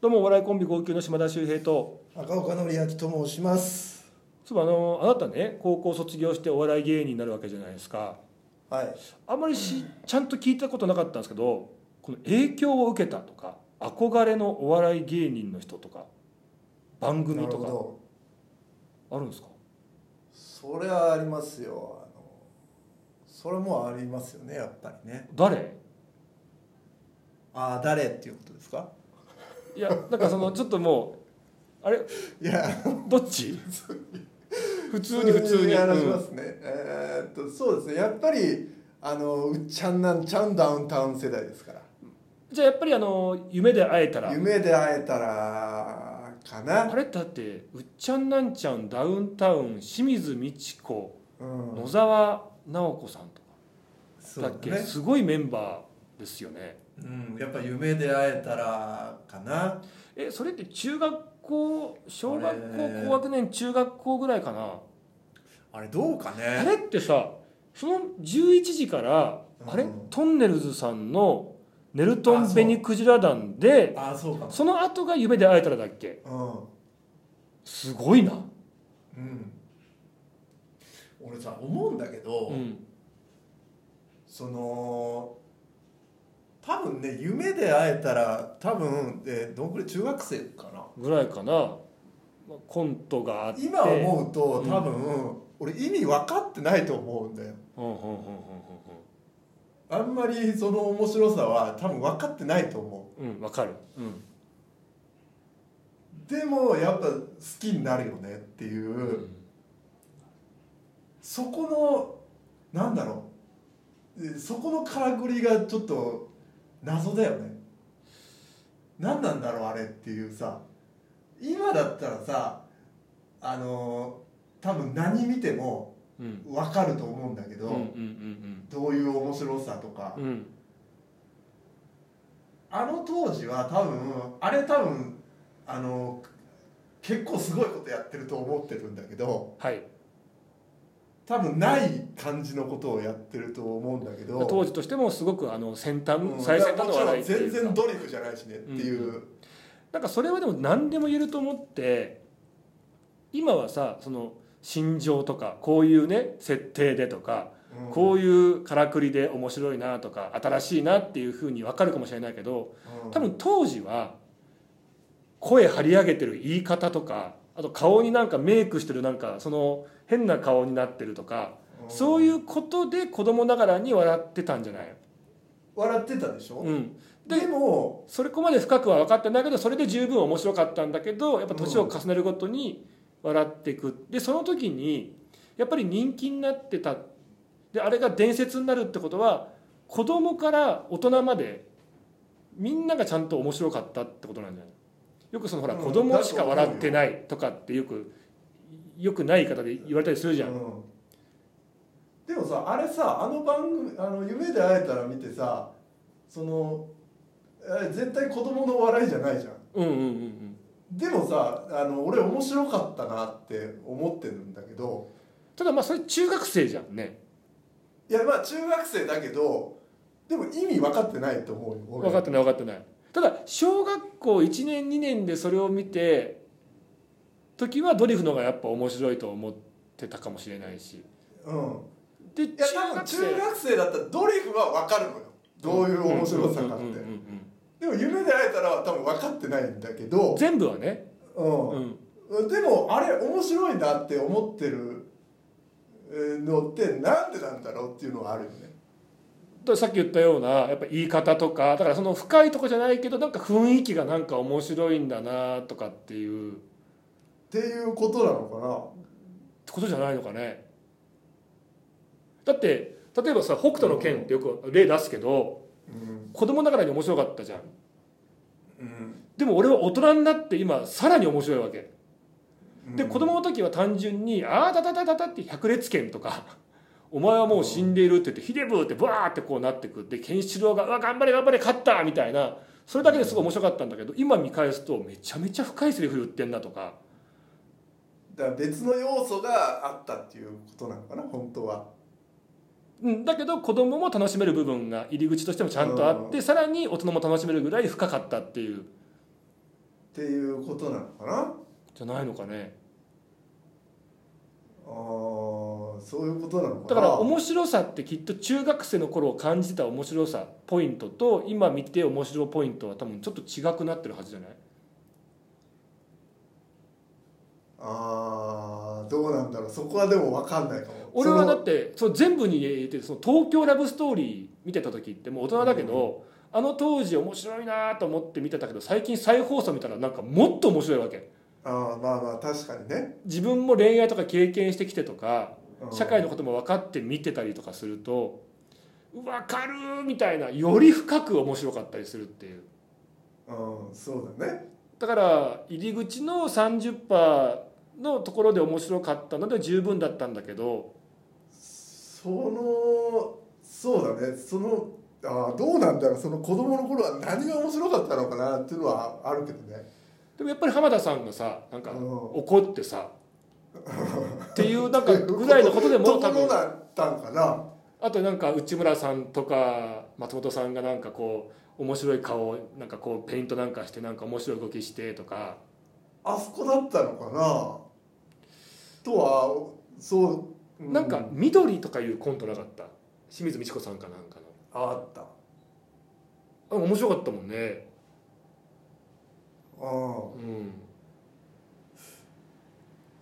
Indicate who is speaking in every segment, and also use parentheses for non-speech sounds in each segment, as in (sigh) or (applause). Speaker 1: どうもお笑いコンビ号泣の島田秀平と
Speaker 2: 赤岡典明と申します
Speaker 1: そういえばあのあなたね高校卒業してお笑い芸人になるわけじゃないですか
Speaker 2: はい
Speaker 1: あんまりしちゃんと聞いたことなかったんですけどこの影響を受けたとか憧れのお笑い芸人の人とか番組
Speaker 2: なる
Speaker 1: と
Speaker 2: ほ
Speaker 1: か
Speaker 2: ど
Speaker 1: あるんですか
Speaker 2: それはありますよあのそれもありますよねやっぱりね
Speaker 1: 誰
Speaker 2: ああ誰っていうことですか
Speaker 1: いやなんかそ
Speaker 2: (laughs)
Speaker 1: のちょっともうあれ
Speaker 2: いや
Speaker 1: どっち普通に普通に
Speaker 2: やらし
Speaker 1: うん
Speaker 2: ますね、えーっとそうですねやっぱりあのうっちゃんなんちゃんダウンタウン世代ですから
Speaker 1: じゃあやっぱりあの夢で会えたら
Speaker 2: 夢で会えたらかな
Speaker 1: あれだってうっちゃんなんちゃんダウンタウン清水美智子
Speaker 2: うん
Speaker 1: 野沢直子さんと
Speaker 2: そ
Speaker 1: かだっけ、すごいメンバーですよね
Speaker 2: うん、やっぱ夢で会えたらかな
Speaker 1: えそれって中学校小学校
Speaker 2: あれ
Speaker 1: 高学年中学校ぐらいかな
Speaker 2: あれどうか
Speaker 1: あ
Speaker 2: ね
Speaker 1: れってさその11時から、
Speaker 2: うん
Speaker 1: あれトンネルズさんの「ネルトン・ベニ・クジラ団で」
Speaker 2: ああそうか
Speaker 1: その後が「夢で会えたら」だっけ
Speaker 2: うん
Speaker 1: すごいな、
Speaker 2: うん、俺さ思うんだけど、
Speaker 1: うん、
Speaker 2: その多分ね夢で会えたら多分、えーどんくらい中学生かな
Speaker 1: ぐらいかなまあコントがあって
Speaker 2: 今思うと
Speaker 1: うん
Speaker 2: 多分、俺意味分かってないと思うんだよ
Speaker 1: うんうんうんうん
Speaker 2: あんまりその面白さは多分分かってないと思
Speaker 1: うんうんうんわかる、うん
Speaker 2: うでもやっぱ好きになるよねっていう、そこのなんだろうえそこのからくりがちょっと謎だよね何なんだろうあれっていうさ今だったらさあのー多分何見ても
Speaker 1: うん
Speaker 2: 分かると思うんだけど、
Speaker 1: うんうん
Speaker 2: どういう面白さとか、
Speaker 1: うんうんうん
Speaker 2: あの当時は多分あれ多分あの結構すごいことやってると思ってるんだけど
Speaker 1: はい
Speaker 2: 多分ない感じのことをやってると思うんだけど
Speaker 1: 当時としてもすごくあの先端、
Speaker 2: うん
Speaker 1: 最先端の笑いって
Speaker 2: だから
Speaker 1: いう
Speaker 2: もち
Speaker 1: か
Speaker 2: ろん全然ドリフじゃないしねっていう、
Speaker 1: なんかそれはでも何でも言えると思って今はさその心情とかこういうね設定でとか、
Speaker 2: うん
Speaker 1: こういうからくりで面白いなとか新しいなっていうふうに分かるかもしれないけど
Speaker 2: うん
Speaker 1: 多分当時は声張り上げてる言い方とかあと顔になんかメイクしてるなんかその変な顔になってるとか、
Speaker 2: うん
Speaker 1: そういうことで子供ながらに笑ってたんじゃない、
Speaker 2: 笑ってたでしょ、
Speaker 1: うん、
Speaker 2: でも
Speaker 1: それこまで深くは分かってないけどそれで十分面白かったんだけどやっぱ年を重ねるごとに笑っていくでその時にやっぱり人気になってたであれが伝説になるってことは子供から大人までみんながちゃんと面白かったってことなんじゃないよくそのほら
Speaker 2: うん
Speaker 1: 子供しか笑ってないとかってよくよくない言い方で言われたりするじゃん、
Speaker 2: うんでもさあれさあの番組あの夢で会えたら見てさそのえ絶対子供の笑いじゃないじゃん
Speaker 1: うん、うんうんうん
Speaker 2: でもさあの俺面白かったなって思ってるんだけど
Speaker 1: ただまあそれ中学生じゃんね
Speaker 2: いやまあ中学生だけどでも意味分かってないと思うよ俺
Speaker 1: 分かってない分かってないただ小学校1年2年でそれを見て時はドリフのがやっぱ面白いと思ってたかもしれないし
Speaker 2: うん
Speaker 1: で
Speaker 2: いや多分中学生だったらドリフは分かるのよどういう面白さかっ
Speaker 1: うんうんうん
Speaker 2: て
Speaker 1: うん
Speaker 2: でも夢で会えたらは多分分かってないんだけ
Speaker 1: うん
Speaker 2: ど、
Speaker 1: 全部はね、
Speaker 2: うん
Speaker 1: うん、
Speaker 2: でもあれ面白いなって思ってるえーのってなんでなんだろうっていうのはあるよね
Speaker 1: ださっき言ったようなやっぱ言い方とかだからその深いとこじゃないけどなんか雰囲気がなんか面白いんだなとかっていう
Speaker 2: っていうことなの
Speaker 1: ことじゃないのかねだって例えばさ北斗の拳ってよく例出すけど
Speaker 2: かなうん、
Speaker 1: 子供ながらに面白かったじゃん
Speaker 2: うん
Speaker 1: でも俺は大人になって今さらに面白いわけで子供の時は単純に「ああだだだだだ」って百裂拳とか (laughs) 「お前はもう死んでいる」って言って「ヒデブー」ってバーってこうなってくってケンシロウが「うわ頑張れ頑張れ勝った」みたいなそれだけですごい面白かったんだけど今見返すとめちゃめちゃ深いセリフ言ってんなとか
Speaker 2: だから別の要素があったっていうことなのかな本当は
Speaker 1: うんだけど子供も楽しめる部分が入り口としてもちゃんとあってさらに大人も楽しめるぐらい深かったっていう
Speaker 2: っていうことなのかなあ
Speaker 1: じゃないのかね
Speaker 2: あーそういうことなのか
Speaker 1: だか
Speaker 2: な
Speaker 1: ら面白さってきっと中学生の頃を感じた面白さポイントと今見て面白いポイントは多分ちょっと違くなってるはずじゃない
Speaker 2: あーどうなんだろうそこはでも分かんないかも
Speaker 1: 俺は
Speaker 2: そ
Speaker 1: だ
Speaker 2: の
Speaker 1: ってそう全部に言えてその東京ラブストーリー見てた時ってもう大人だけど、あの当時面白いなと思って見てたけど最近再放送見たらなんかもっと面白いわけ
Speaker 2: あーまあまあ確かにね、
Speaker 1: 自分も恋愛とか経験してきてとか
Speaker 2: うん
Speaker 1: 社会のことも分かって見てたりとかすると分かるーみたいなより深く面白かったりするっていう
Speaker 2: うんそうだね
Speaker 1: だから入り口の30%のところで面白かったので十分だったんだけど
Speaker 2: そのそうだねそのあーどうなんだろうその子供の頃は何が面白かったのかなっていうのはあるけどね
Speaker 1: でもやっぱり浜田さんがさなんか
Speaker 2: うん
Speaker 1: 怒ってさっていうなんかぐらいのことでも
Speaker 2: ど
Speaker 1: 多
Speaker 2: こ (laughs)
Speaker 1: 分
Speaker 2: だったんかな
Speaker 1: あとなんか内村さんとか松本さんがなんかこう面白い顔をなんかこうペイントなんかしてなんか面白い動きしてとか
Speaker 2: あそこだったのかなとはそう、う
Speaker 1: なんか「緑」とかいうコントなかった清水美智子さんかなんか
Speaker 2: あった
Speaker 1: のあ面白かったもんね
Speaker 2: うん
Speaker 1: うん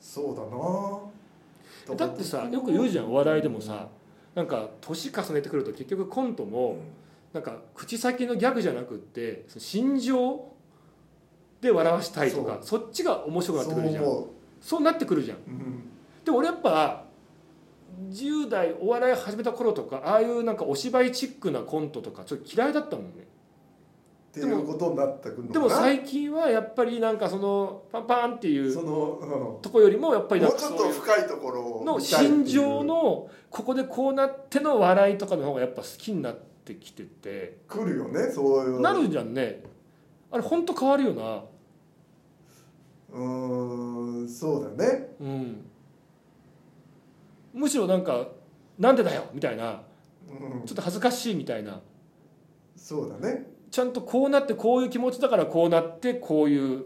Speaker 2: そうだな
Speaker 1: だってさよく言うじゃんお笑いでもさなんか年重ねてくると結局コントもなんか口先のギャグじゃなくってその心情で笑わしたいとかそっちが面白くなってくるじゃん
Speaker 2: そう
Speaker 1: そう
Speaker 2: 思
Speaker 1: なってくるじゃん
Speaker 2: う、うん、
Speaker 1: でも俺やっぱ10代お笑い始めた頃とかああいうなんかお芝居チックなコントとかちょっと嫌いだったもんね
Speaker 2: っていうことになってくるのかな
Speaker 1: でも最近はやっぱりなんかそのパンパンっていう
Speaker 2: その、
Speaker 1: とこよりもやっぱ
Speaker 2: うん、
Speaker 1: り
Speaker 2: も
Speaker 1: なん
Speaker 2: う
Speaker 1: か
Speaker 2: ちょっ
Speaker 1: そう
Speaker 2: と
Speaker 1: いう
Speaker 2: 深いところを
Speaker 1: の
Speaker 2: 見たいってい
Speaker 1: 心
Speaker 2: う
Speaker 1: 情のここでこうなっての笑いとかの方がやっぱ好きになってきてて
Speaker 2: 来るよねそういう
Speaker 1: なるじゃんねあれほんと変わるよな
Speaker 2: うーんそうだね
Speaker 1: うんむしろなんか「なんでだよ」みたいな
Speaker 2: うん
Speaker 1: ちょっと恥ずかしいみたいな
Speaker 2: そうだね
Speaker 1: ちゃんとこうなってこういう気持ちだからこうなってこういう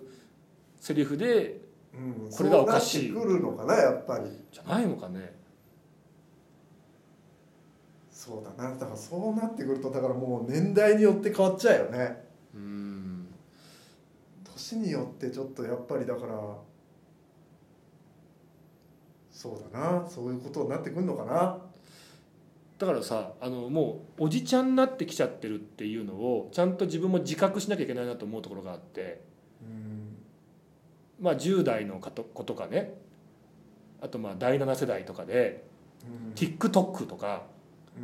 Speaker 1: セリフで
Speaker 2: うん
Speaker 1: これがおかしい
Speaker 2: そうなってくるのかなやっぱり
Speaker 1: じゃないのかね
Speaker 2: そうだなだからそうなってくるとだからもう年代によって変わっちゃうよね
Speaker 1: うん
Speaker 2: 年によってちょっとやっぱりだからそうだなそういうことになってくんのかな
Speaker 1: だからさあのもうおじちゃんになってきちゃってるっていうのをちゃんと自分も自覚しなきゃいけないなと思うところがあって
Speaker 2: うん
Speaker 1: まあ、10代の方子とかねあとまあ第7世代とかで
Speaker 2: うん
Speaker 1: TikTok とか
Speaker 2: う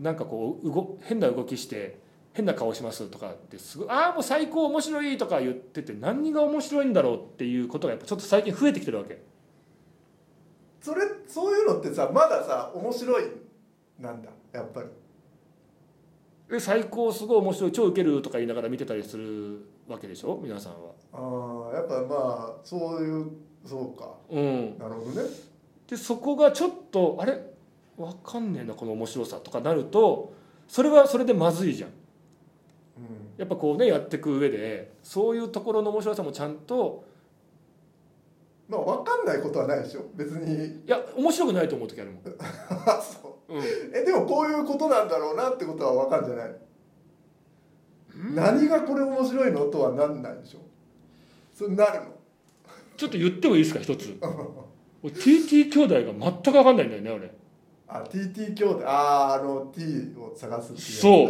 Speaker 2: ん
Speaker 1: なんかこう動変な動きして変な顔しますとかってすごい「ああもう最高面白い」とか言ってて何が面白いんだろうっていうことがやっぱちょっと最近増えてきてるわけ
Speaker 2: それそういうのってさまださ面白いなんだやっぱり
Speaker 1: え最高すごい面白い超ウケるとか言いながら見てたりするわけでしょ皆さんは。
Speaker 2: あーやっぱまあそういうそうか
Speaker 1: うん、
Speaker 2: なるほどね
Speaker 1: でそこがちょっとあれわかんねえなこの面白さとかなるとそれはそれでまずいじゃん。
Speaker 2: うん
Speaker 1: やっぱこうねやっていく上でそういうところの面白さもちゃんと
Speaker 2: まあ分かんないことはないでしょ別に
Speaker 1: いや面白くないと思う時あるもん、
Speaker 2: あそ
Speaker 1: うん
Speaker 2: うえでもこういうことなんだろうなってことは分かるんじゃない何がこれ面白いのとはなんないでしょそれなるの
Speaker 1: ちょっと言ってもいいですか一
Speaker 2: (laughs)
Speaker 1: つ俺 TT 兄弟が全く分かんないんだよね俺
Speaker 2: あ TT 兄弟あーあの T を探すっていう
Speaker 1: そう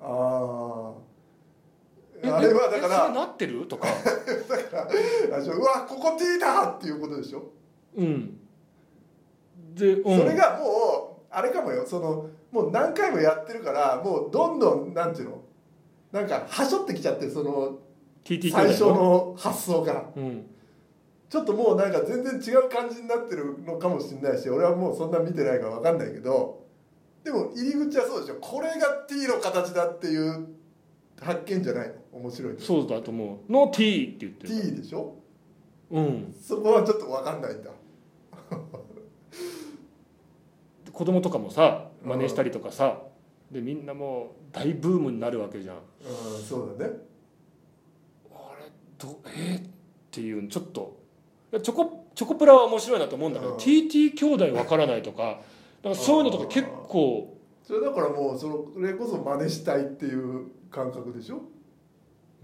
Speaker 2: あ
Speaker 1: え
Speaker 2: ああれは
Speaker 1: ええ
Speaker 2: だか
Speaker 1: そ
Speaker 2: ら
Speaker 1: れなってるとか
Speaker 2: あれでしょうわここ T だっていうことでしょ、
Speaker 1: うんで、うん、
Speaker 2: それがもうあれかもよそのもう何回もやってるからもうどんどんなんていうのなんかはしょってきちゃってその
Speaker 1: TT 兄弟
Speaker 2: 最初の発想が
Speaker 1: うん、
Speaker 2: ちょっともうなんか全然違う感じになってるのかもしれないし俺はもうそんな見てないから分かんないけどでも入り口はそうでしょこれが T の形だっていう発見じゃないの面白い
Speaker 1: そうだと思うの T って言ってる
Speaker 2: T でしょ
Speaker 1: うん
Speaker 2: そこはちょっと分かんないんだ
Speaker 1: 子供とかもさ真似したりとかさでみんなもう大ブームになるわけじゃん
Speaker 2: うんそうだね
Speaker 1: あれどえー、っていうちょっとチョコチョコプラは面白いなと思うんだけど、
Speaker 2: うん
Speaker 1: TT 兄弟わからないとかなんかそういうのとか結構
Speaker 2: それだからもうそれこそ真似したいっていう感覚でしょ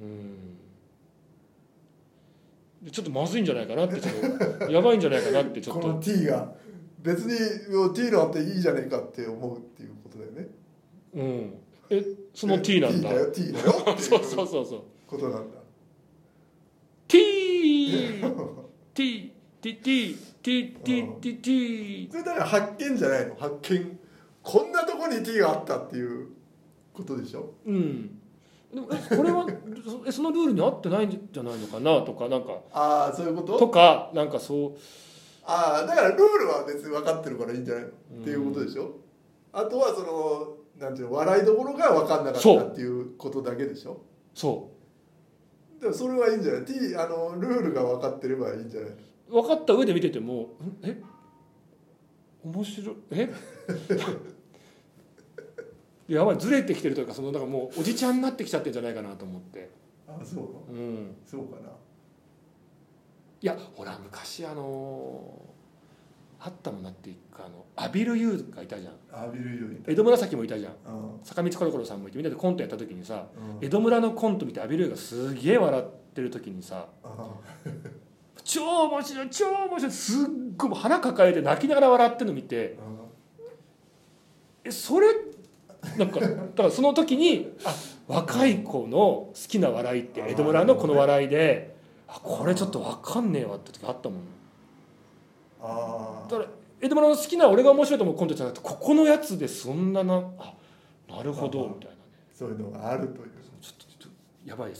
Speaker 1: うんでちょっとまずいんじゃないかなってちょっ (laughs) とやばいんじゃないかなってちょ
Speaker 2: こ
Speaker 1: っ
Speaker 2: の
Speaker 1: と
Speaker 2: T が別にもう T なんていいじゃねえかって思うっていうことだよね
Speaker 1: うんえその T なんだ
Speaker 2: え T だよ T だよってい
Speaker 1: そうそううそうそう
Speaker 2: ことなんだ
Speaker 1: T T T T T T T T
Speaker 2: それだから発見じゃないの発見こんなとこに T があったっていうことでしょ
Speaker 1: うんでもえこれはそえそのルールに合ってないんじゃないのかなとかなんか
Speaker 2: ああそういうこと
Speaker 1: とかなんかそう
Speaker 2: ああだからルールは別に分かってるからいいんじゃないのっていうことでしょあとはそのなんていうの笑いどころが分かんなかったっていうことだけでしょ
Speaker 1: そ
Speaker 2: でもそれはいいんじゃない T あのルールが分かってればいいんじゃないう
Speaker 1: 分かった上で見ててもんえ面白いえやばいずれてきてるというかそのなんかもうおじちゃんになってきちゃってんじゃないかなと思って
Speaker 2: あそう
Speaker 1: うん
Speaker 2: そうかない
Speaker 1: やほら昔あのあったもんなっていうかあのアビル・ユーがいたじゃん
Speaker 2: あ浴びるように
Speaker 1: 江戸紫もいたじゃん
Speaker 2: あー
Speaker 1: 坂道コロコロさんもいてみんなでコントやった時にさ
Speaker 2: うん
Speaker 1: 江戸村のコント見てアビル・ユーがすげえ笑ってる時にさ
Speaker 2: あ
Speaker 1: 超面白い超面白いすっごいもう腹抱えて泣きながら笑ってるの見て
Speaker 2: ーあ
Speaker 1: えそれなんかだからその時にあ若い子の好きな笑いって江戸村のこの笑いであこれちょっと分かんねえわって時あったもん
Speaker 2: ーあ
Speaker 1: だから江戸村の好きな俺が面白いと思うコントじゃなくてここのやつでそんななあなるほどみたいなね
Speaker 2: そういうのがあるという
Speaker 1: ちょっとちょっとやばいです